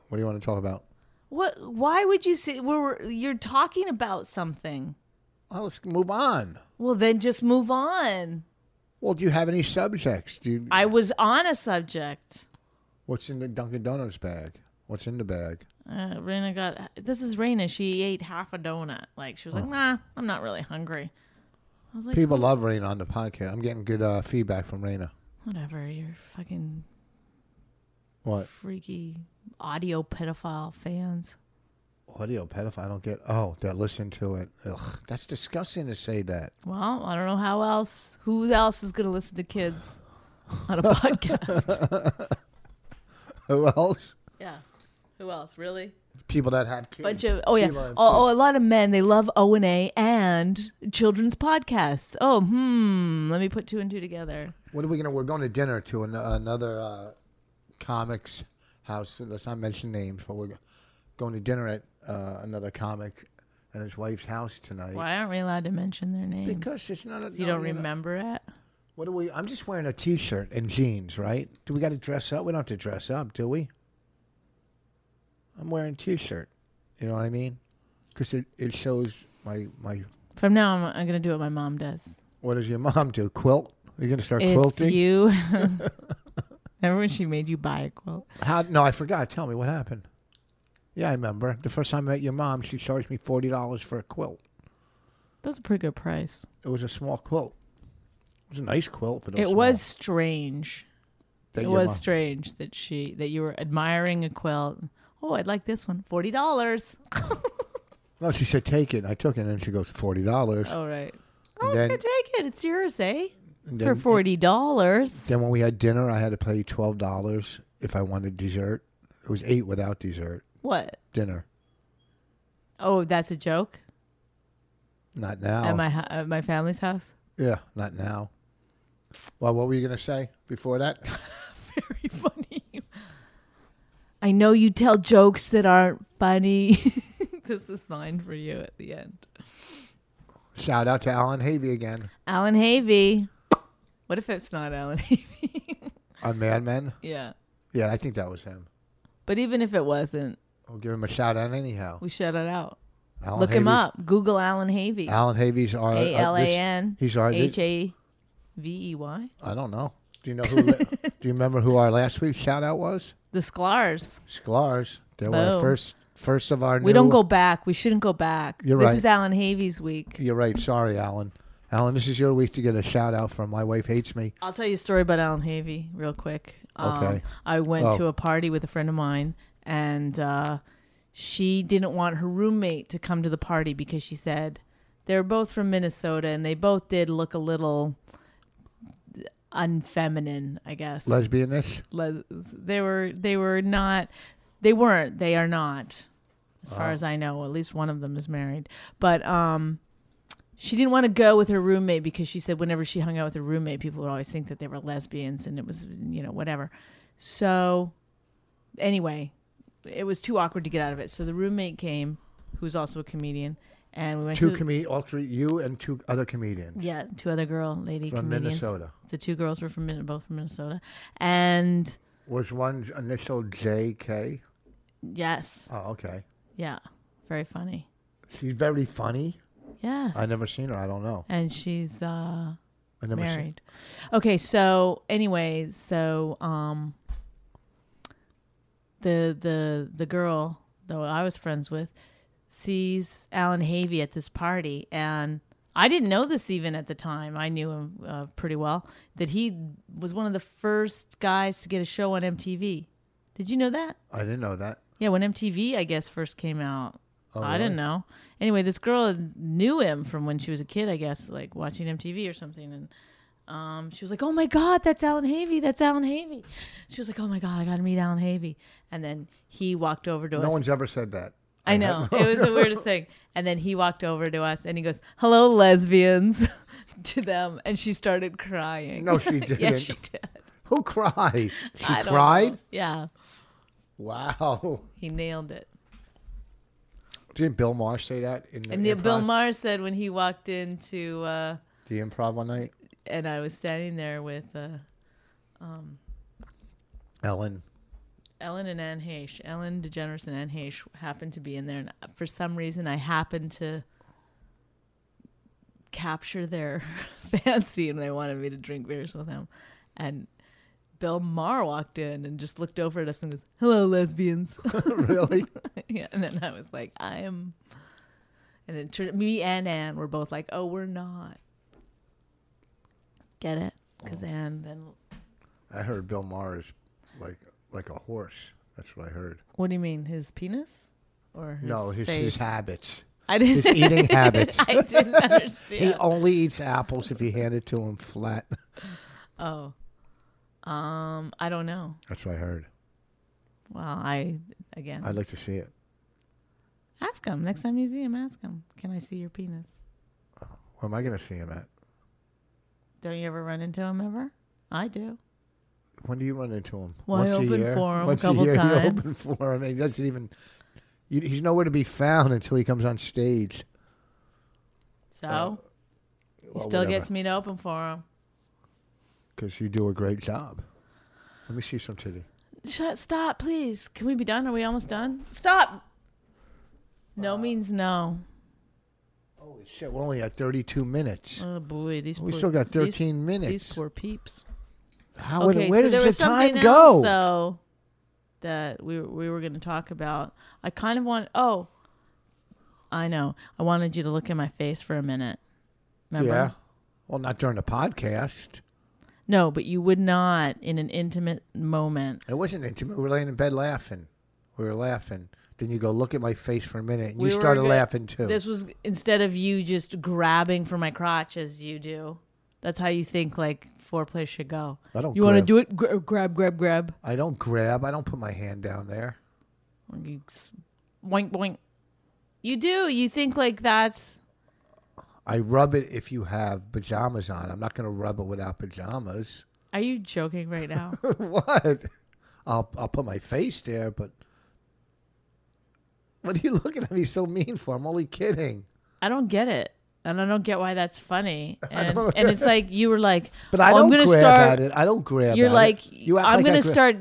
S2: What do you want to talk about?
S3: What? Why would you say we're, you're talking about something?
S2: Well, let's move on.
S3: Well, then just move on.
S2: Well, do you have any subjects? Do you,
S3: I was on a subject.
S2: what's in the Dunkin' Donuts bag? What's in the bag?
S3: Uh, Raina got this is Raina. She ate half a donut. Like she was like, "Nah, I'm not really hungry." I was like,
S2: People love Raina on the podcast. I'm getting good uh, feedback from Raina.
S3: "Whatever, you're fucking
S2: What
S3: freaky audio pedophile fans."
S2: audio pedophile? I don't get. Oh, that listen to it. Ugh, that's disgusting to say that.
S3: Well, I don't know how else. Who else is going to listen to kids on a podcast?
S2: Who else?
S3: yeah. Who else? Really?
S2: People that have kids.
S3: bunch of oh yeah
S2: People
S3: oh,
S2: have
S3: oh a lot of men they love O and A and children's podcasts. Oh hmm, let me put two and two together.
S2: kids. What are we gonna? We're going to dinner to an, another uh, comics house. Let's not mention names, but we're going to dinner at uh, another comic and his wife's house tonight.
S3: Why aren't we allowed to mention their names?
S2: Because it's not. A,
S3: you
S2: no,
S3: don't
S2: you know-
S3: remember it.
S2: What do we? I'm just wearing a t-shirt and jeans, right? Do we got to dress up? We don't have to dress up, do we? I'm wearing a t-shirt. You know what I mean? Because it, it shows my my.
S3: From now on, I'm gonna do what my mom does.
S2: What does your mom do? Quilt? You're gonna start quilting?
S3: If you remember when she made you buy a quilt,
S2: How? No, I forgot. Tell me what happened. Yeah, I remember. The first time I met your mom, she charged me forty dollars for a quilt.
S3: that's a pretty good price.
S2: It was a small quilt. It was a nice quilt, but it,
S3: It
S2: small.
S3: was strange.
S2: That
S3: It
S2: your
S3: was
S2: mom-
S3: strange that she that you were admiring a quilt. Oh, I'd like this one. Forty dollars.
S2: No, she said take it. I took it, and she goes forty dollars.
S3: All right. Oh, I'm
S2: then-
S3: gonna take it. It's yours, eh?
S2: then-
S3: For forty dollars.
S2: Then when we had dinner, I had to pay twelve dollars if I wanted dessert. It was eight without dessert.
S3: What?
S2: Dinner,
S3: Oh, that's a joke.
S2: not now.
S3: At my hou- at my family's house.
S2: Yeah, not now. Well, what were you gonna say before that?
S3: Very funny. I know you tell jokes that aren't funny. this is mine for you at the end.
S2: Shout out to Alan Havey again
S3: Alan Havey. What if it's not Alan Havey?
S2: on Mad Men.
S3: yeah.
S2: Yeah, I think that was him.
S3: But even if it wasn't,
S2: I'll give him a shout out anyhow.
S3: we shut it out.
S2: Alan
S3: Look him
S2: Havey's-
S3: up. Google Alan Havey.
S2: Alan Havey's our uh,
S3: A
S2: this-
S3: L A N
S2: He's our
S3: H A V E Y.
S2: I don't know. Do you know who? do you remember who our last week's shout out was?
S3: The Sklar's.
S2: Sklars. They were our
S3: Boom.
S2: first first of our. new-
S3: We don't go back. We shouldn't go back.
S2: You're
S3: this
S2: right.
S3: is Alan Havey's week.
S2: You're right. Sorry, Alan. Alan, this is your week to get a shout out from My Wife Hates Me.
S3: I'll tell you a story about Alan Havey real quick. Um,
S2: Okay.
S3: I went
S2: Oh.
S3: to a party with a friend of mine, and uh, she didn't want her roommate to come to the party because she said they're both from Minnesota and they both did look a little unfeminine, I guess.
S2: Lesbianish?
S3: Les- they were they were not they weren't they are not as
S2: Ah.
S3: far as I know. At least one of them is married. But um, she didn't want to go with her roommate because she said whenever she hung out with her roommate, people would always think that they were lesbians and it was, you know, whatever. So anyway, it was too awkward to get out of it. So the roommate came, who's also a comedian, and we went
S2: Two
S3: to
S2: comedians, all three, you and two other comedians.
S3: yeah, two other girl lady
S2: From
S3: comedians.
S2: Minnesota.
S3: The two girls were from Min- both from Minnesota, and
S2: Was one's initial J.K.?
S3: yes,
S2: Oh, okay.
S3: yeah, very funny.
S2: She's very funny.
S3: Yes,
S2: I never seen her. I don't know.
S3: And she's uh,
S2: I never seen.
S3: married. Okay, so anyway, so um, the the the girl though I was friends with sees Alan Havey at this party, and I didn't know this even at the time. I knew him uh, pretty well that he was one of the first guys to get a show on MTV. Did you know that?
S2: I didn't know that.
S3: Yeah, when MTV, I guess, first came out. I
S2: Oh, really?
S3: didn't know. Anyway, this girl knew him from when she was a kid, I guess, like watching MTV or something. And um, she was like, "Oh my God, that's Alan Havey! That's Alan Havey!" She was like, "Oh my God, I got to meet Alan Havey!" And then he walked over to
S2: No
S3: us.
S2: one's ever said that.
S3: I know it was the weirdest thing. And then he walked over to us and he goes, "Hello, lesbians," to them, and she started crying.
S2: No, she
S3: yeah,
S2: didn't.
S3: she did.
S2: Who cried? She
S3: I don't know.
S2: cried.
S3: Yeah,
S2: Wow.
S3: he nailed it.
S2: Didn't Bill Maher say that in the
S3: And Neil
S2: improv,
S3: Bill Maher said when he walked into, uh,
S2: the improv one night?
S3: and I was standing there with uh,
S2: Ellen.
S3: Ellen and Anne Heche. Ellen DeGeneres and Anne Heche happened to be in there, and for some reason, I happened to capture their fancy, and they wanted me to drink beers with them. And Bill Maher walked in and just looked over at us and goes, "Hello, lesbians."
S2: really?
S3: yeah, and then I was like, "I am," and it turned me and Anne were both like, "Oh, we're not." Get it? Because
S2: Oh.
S3: Anne then.
S2: I heard Bill Maher is like like a horse. That's what I heard.
S3: What do you mean? His penis? Or his
S2: no, his,
S3: face?
S2: his habits.
S3: I didn't.
S2: His eating habits.
S3: I didn't understand.
S2: He only eats apples if you hand it to him flat.
S3: oh, um, I don't know.
S2: That's what I heard.
S3: Well, I again
S2: I'd like to see it.
S3: ask him next time you see him. Ask him, can I see your penis?
S2: Where am I going to see him at?
S3: Don't you ever run into him ever? I do.
S2: When do you run into him?
S3: Well, I
S2: Once a
S3: opened
S2: year?
S3: for him a
S2: Once
S3: couple
S2: year,
S3: times.
S2: You open for him. and He doesn't even. you- He's nowhere to be found until he comes on stage.
S3: So he
S2: Uh, Well,
S3: still
S2: whatever.
S3: gets me to open for him.
S2: because you do a great job. Let me see some titty.
S3: Shut! Stop, please. Can we be done? Are we almost done? Uh, Stop. No means no.
S2: Holy shit! We're only at 32 minutes.
S3: Oh boy, these
S2: we
S3: poor-
S2: still got
S3: these-
S2: 13 minutes.
S3: These poor peeps.
S2: How would
S3: Okay,
S2: it, where
S3: so
S2: does
S3: there was
S2: the time
S3: something
S2: go?
S3: else, though, that we were- we were going to talk about. I kind of want. Oh, I know. I wanted you to look at my face for a minute. Remember?
S2: yeah. Well, not during the podcast.
S3: No, but you would not in an intimate moment.
S2: It wasn't intimate. We were laying in bed laughing. We were laughing. Then you go look at my face for a minute, and
S3: We
S2: you
S3: were
S2: started
S3: go-
S2: laughing too.
S3: This was instead of you just grabbing for my crotch as you do. That's how you think like foreplay should go.
S2: I don't
S3: You want to
S2: grab.
S3: do it? Gra- grab, grab, grab.
S2: I don't grab. I don't put my hand down there.
S3: You s- boink, boink. You do. You think like that's
S2: I rub it if you have pajamas on. I'm not going to rub it without pajamas.
S3: Are you joking right now?
S2: what? I'll I'll put my face there, but what are you looking at me so mean for? I'm only kidding.
S3: I don't get it. And I don't get why that's funny. And, and it's like you were like,
S2: But I
S3: "Oh,
S2: don't
S3: I'm gonna
S2: grab
S3: start.
S2: at it. I don't grab.
S3: You're
S2: at
S3: like,
S2: it. You act
S3: I'm
S2: like I
S3: gonna
S2: gra-
S3: start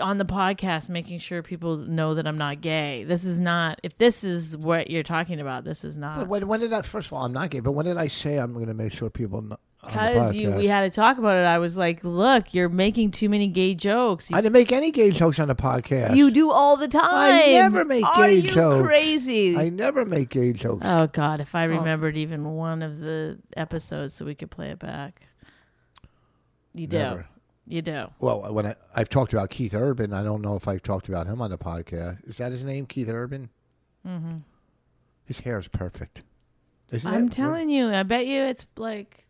S3: on the podcast making sure people know that I'm not gay. This is not. If this is what you're talking about, this is
S2: But
S3: not.
S2: When, when did I? First of all, I'm not gay. But when did I say I'm going to make sure people? Know,
S3: Because you, we had to talk about it. I was like, look, you're making too many gay jokes. You,
S2: I didn't make any gay jokes on the podcast.
S3: you do all the time.
S2: never make
S3: Are
S2: gay
S3: you
S2: jokes.
S3: Crazy.
S2: I never make gay jokes.
S3: Oh God! If I remembered even one of the episodes, so we could play it back. You do,
S2: Never.
S3: you do.
S2: well, when I, I've talked about Keith Urban, I don't know if I've talked about him on the podcast. Is that his name, Keith Urban? Mm-hmm. His hair is perfect. Isn't
S3: I'm
S2: it?
S3: telling you, I bet you it's like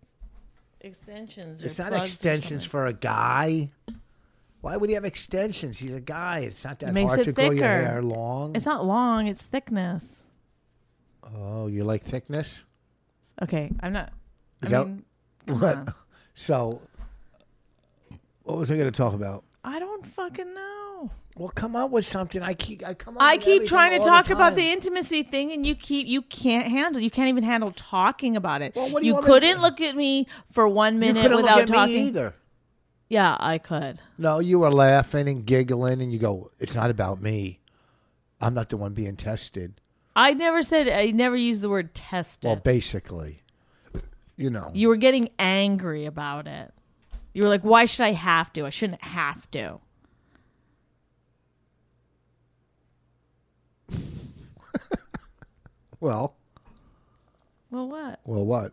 S3: extensions. or
S2: It's not
S3: plugs or
S2: extensions
S3: something.
S2: for a guy. Why would he have extensions? He's a guy. It's not that
S3: makes
S2: hard
S3: it
S2: to grow your
S3: thicker.
S2: hair long.
S3: It's not long, it's thickness.
S2: oh, you like thickness?
S3: Okay, I'm not. I
S2: You don't-
S3: mean,
S2: What?
S3: on.
S2: So, what was I going to talk about?
S3: I don't fucking know.
S2: Well, come up with something. I keep, I come. Up
S3: I
S2: with
S3: keep
S2: everything
S3: trying to
S2: all
S3: talk about
S2: time.
S3: the intimacy thing, and you keep you can't handle. You can't even handle talking about it.
S2: Well, what do you want me to
S3: couldn't
S2: do?
S3: look at me for one
S2: You
S3: minute
S2: couldn't
S3: without
S2: look at
S3: talking.
S2: me either.
S3: Yeah, I could.
S2: No, you were laughing and giggling, and you go, "It's not about me. I'm not the one being tested."
S3: I never said. I never used the word tested.
S2: Well, basically, you know.
S3: you were getting angry about it. You were like, "Why should I have to? I shouldn't have to."
S2: well,
S3: Well, what
S2: well, what?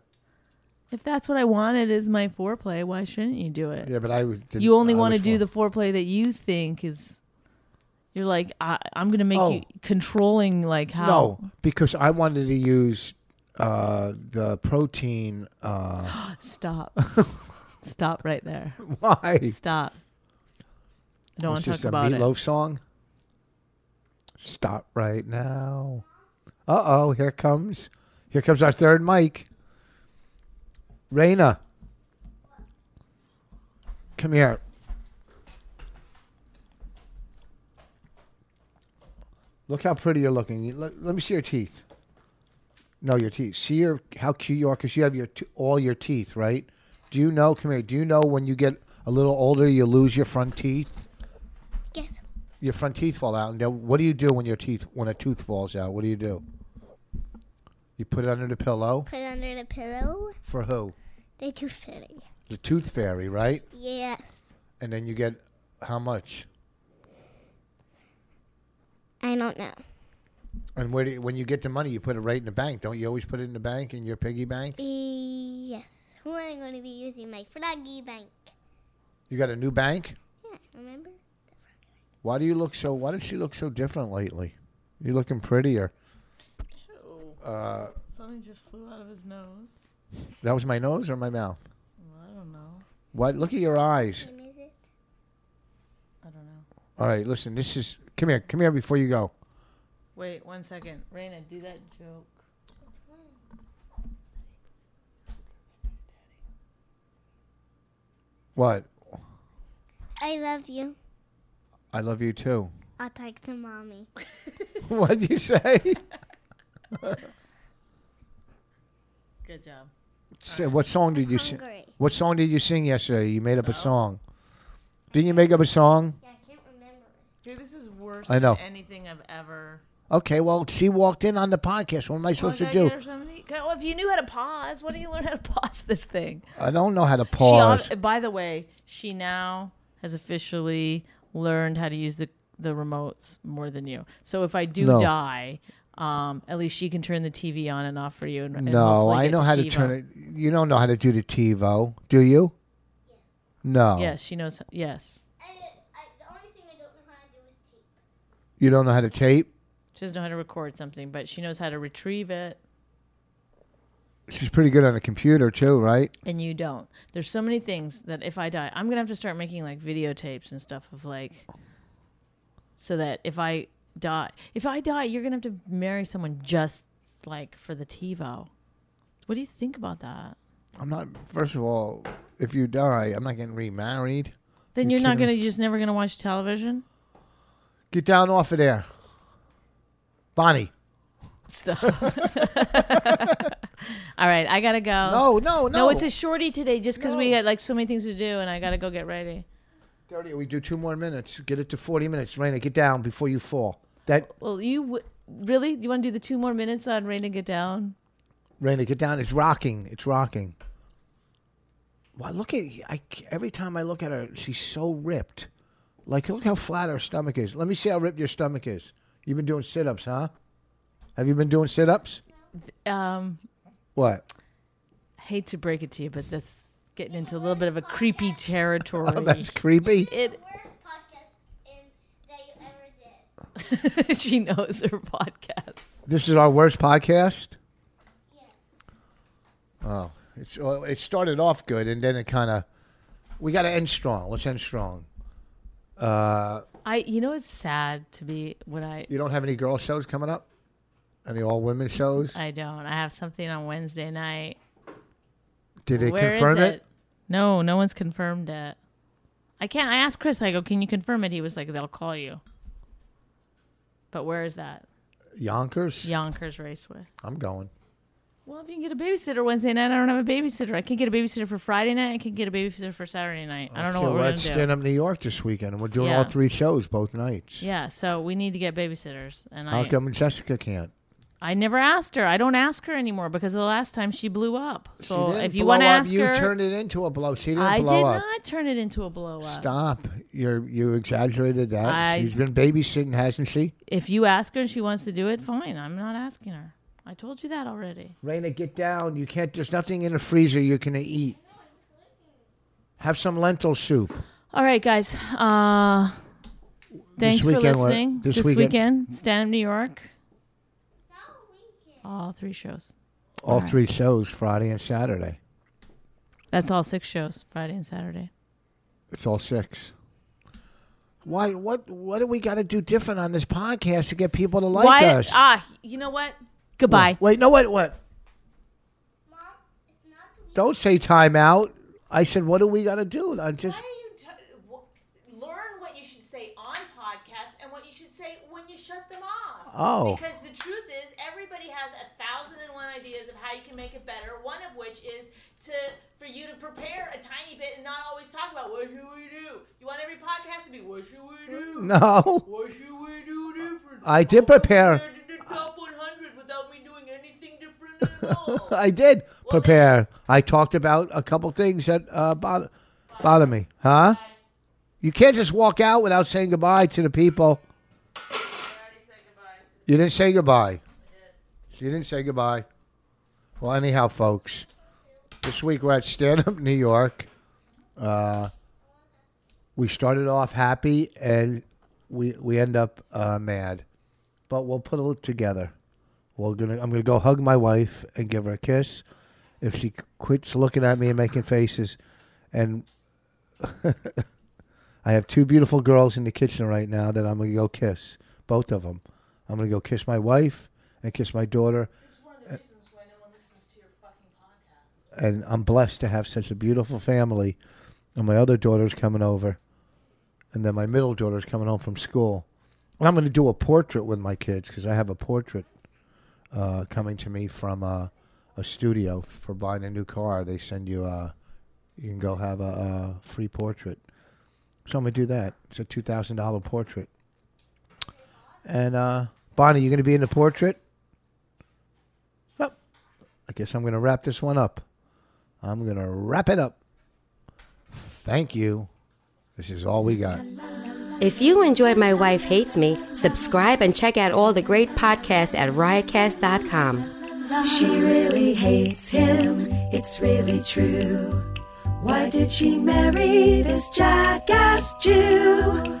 S3: if that's what I wanted is my foreplay? Why shouldn't you do it?
S2: Yeah, but I was. didn't-
S3: you only
S2: I
S3: want to
S2: was
S3: do
S2: for-
S3: the foreplay that you think is. You're like, I, I'm gonna make
S2: Oh.
S3: you controlling, like how.
S2: No, because I wanted to use uh, the protein. Uh,
S3: Stop. Stop right there.
S2: why?
S3: Stop. I don't want
S2: It's
S3: to
S2: just
S3: talk
S2: a
S3: about
S2: meatloaf song. Stop right now. Uh oh, here comes here comes our third mic. Raina. Come here. Look how pretty you're looking. You- Let, let me see your teeth. No, your teeth. See your how cute you are because you have your t- all your teeth, right? Do you know? Come here. Do you know when you get a little older, you lose your front teeth?
S4: Yes.
S2: your front teeth fall out. And then what do you do when your teeth when a tooth falls out? What do you do? You put it under the pillow
S4: Put it under the pillow.
S2: for who?
S4: They too fitting.
S2: The tooth fairy, right?
S4: Yes.
S2: And then you get how much?
S4: I don't know.
S2: And where do you, when you get the money, you put it right in the bank. Don't you always put it in the bank in your piggy bank?
S4: E, Yes. Who am I going to be using my froggy bank?
S2: You got a new bank.
S4: Yeah, remember?
S2: Why do you look so? Why does she look so different lately? You're looking prettier.
S3: it. Something just flew out of his nose.
S2: That was my nose or my mouth?
S3: I don't know.
S2: What? Look at your eyes.
S4: What is it?
S3: I don't know.
S2: All right, listen. This is come here. Come here before you go.
S3: Wait one second. Raina, do that joke.
S2: What?
S4: I love you.
S2: I love you too.
S4: I'll talk to mommy.
S2: what would you say?
S3: Good job.
S2: Say, what song did you sing?
S4: Hungry.
S2: What song did you sing yesterday? You made up a song. Didn't you make up a song?
S4: Yeah, I can't remember.
S3: Dude, this is worse
S2: I know.
S3: than anything I've ever.
S2: Okay, well, she walked in on the podcast. What am I supposed
S3: Oh,
S2: to
S3: did I
S2: do?
S3: get her something? Okay, Well, if you knew how to pause, why don't you learn how to pause this thing?
S2: I don't know how to
S3: She ob-
S2: pause.
S3: by the way, she now has officially learned how to use the the remotes more than you. So if I do
S2: No.
S3: die, um, at least she can turn the TV on and off for you. And, and
S2: no,
S3: hopefully
S2: I
S3: get
S2: know how to
S3: TiVo.
S2: turn it. You don't know how to do the TiVo, do you? No.
S3: Yes, she knows. Yes,
S4: I, I, the only thing I don't know how to do is tape.
S2: You don't know how to tape?
S3: she doesn't know how to record something, but she knows how to retrieve it,
S2: She's pretty good on a computer, too, right?
S3: and you don't. There's so many things that if I die, I'm gonna have to start making like videotapes and stuff of like, so that if I die, if I die, you're gonna have to marry someone just like for the TiVo. What do you think about that?
S2: I'm not, first of all, if you die, I'm not getting remarried.
S3: Then
S2: You
S3: you're not
S2: kidding
S3: gonna you're just never gonna watch television.
S2: Get down off of there. Bonnie.
S3: Stop. All right, I gotta go.
S2: No, no, no.
S3: Oh. No, it's a shorty today, just because we had like so many things to do, and I gotta go get ready.
S2: 30. We do two more minutes. Get it to 40 minutes. Raina, get down before you fall. That
S3: Well, you w- really you want to do the two more minutes on Rain to Get Down?
S2: Raina, get down. It's rocking. It's rocking. Wow, look at I every time I look at her, she's so ripped. Like look how flat her stomach is. Let me see how ripped your stomach is. You've been doing sit-ups, huh? Have you been doing sit-ups?
S3: Um,
S2: What?
S3: hate to break it to you, but that's getting into a little bit of a creepy territory.
S2: Oh, that's creepy.
S3: it.
S4: Worst podcast in, that you ever did.
S3: she knows her podcast.
S2: This is our worst podcast. Oh, it's well, it started off good and then it kind of we got to end strong. Let's end strong. Uh,
S3: I you know it's sad to be when I
S2: you don't have any girl shows coming up? Any all women shows?
S3: I don't. I have something on Wednesday night.
S2: Did they
S3: Where is
S2: confirm
S3: it? No, no one's confirmed it. I can't. I asked Chris. I go, can you confirm it? He was like, they'll call you. But where is that?
S2: Yonkers?
S3: Yonkers Raceway.
S2: I'm going.
S3: Well, if you can get a babysitter Wednesday night, I don't have a babysitter. I can get a babysitter for Friday night. I can get a babysitter for Saturday night. I don't know
S2: Oh, so
S3: what we're
S2: we're
S3: gonna
S2: at
S3: do.
S2: Stand Up New York this weekend, and we're doing all
S3: Yeah.
S2: three shows both nights.
S3: Yeah, so we need to get babysitters, and
S2: How
S3: I
S2: come Jessica can't?
S3: I never asked her. I don't ask her anymore because the last time she blew up.
S2: She
S3: So
S2: didn't
S3: if you
S2: blow
S3: want to
S2: up,
S3: ask
S2: you
S3: her,
S2: turned it into a blow. She didn't
S3: I
S2: blow
S3: did
S2: up.
S3: not turn it into a blow up.
S2: Stop. You're you exaggerated that.
S3: I-
S2: She's been babysitting, hasn't she?
S3: If you ask her and she wants to do it, fine. I'm not asking her. I told you that already.
S2: Raina, get down. You can't there's nothing in the freezer you're gonna eat. Have some lentil soup.
S3: All right, guys. Uh, thanks for
S2: weekend, what-
S3: listening.
S2: this
S3: this
S2: weekend-
S3: weekend, stand up New York. All three shows.
S2: All three shows, Friday and Saturday.
S3: That's all six shows, Friday and Saturday.
S2: It's all six. Why what what do we gotta do different on this podcast to get people to like
S3: Why?
S2: us?
S3: Ah, you know what? Goodbye.
S2: Wait, no what what?
S4: Mom, it's not the weekend.
S2: Don't say timeout. I said what do we gotta do? I just
S5: Why don't you t- wh- learn what you should say on podcasts and what you should say when you shut them off?
S2: Oh.
S5: Because the truth is, everybody has a thousand and one ideas of how you can make it better. One of which is to for you to prepare a tiny bit and not always talk about what should we do. You want every podcast to be what should we do?
S2: No.
S5: What should we do different?
S2: I did
S5: How come
S2: prepare.
S5: we made it to the top 100 without me doing anything different at all.
S2: I did prepare. I talked about a couple things that uh, bother, bother me. Huh? You can't just walk out without saying goodbye to the people. You didn't say goodbye. You didn't say goodbye. Well, anyhow, folks, this week we're at Stand Up New York. Uh, we started off happy and we we end up uh, mad, but we'll put it together. We're gonna. I'm gonna go hug my wife and give her a kiss. If she quits looking at me and making faces, and I have two beautiful girls in the kitchen right now that I'm gonna go kiss. Both of them. I'm gonna go kiss my wife and kiss my daughter. And I'm blessed to have such a beautiful family. And my other daughter's coming over, and then my middle daughter's coming home from school. And I'm gonna do a portrait with my kids because I have a portrait uh, coming to me from uh, a, a studio for buying a new car. They send you a, you can go have a, a free portrait. So I'm gonna do that. It's a two thousand dollar portrait. And uh, Bonnie, you gonna be in the portrait? Well, I guess I'm gonna wrap this one up. I'm gonna wrap it up. Thank you. This is all we got.
S6: If you enjoyed My Wife Hates Me, subscribe and check out all the great podcasts at riotcast.com.
S1: She really hates him, it's really true. Why did she marry this jackass Jew?